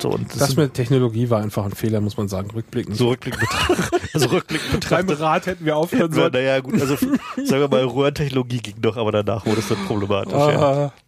So, und das Das sind- mit Technologie war einfach ein Fehler, muss man sagen, rückblickend. so Rückblick betrachtet. also Rückblick Beim betrachtet. Rat hätten wir aufhören Na, sollen. naja, gut, also sagen wir mal, Röhrentechnologie ging doch, aber danach wurde es dann problematisch. ja. Ah,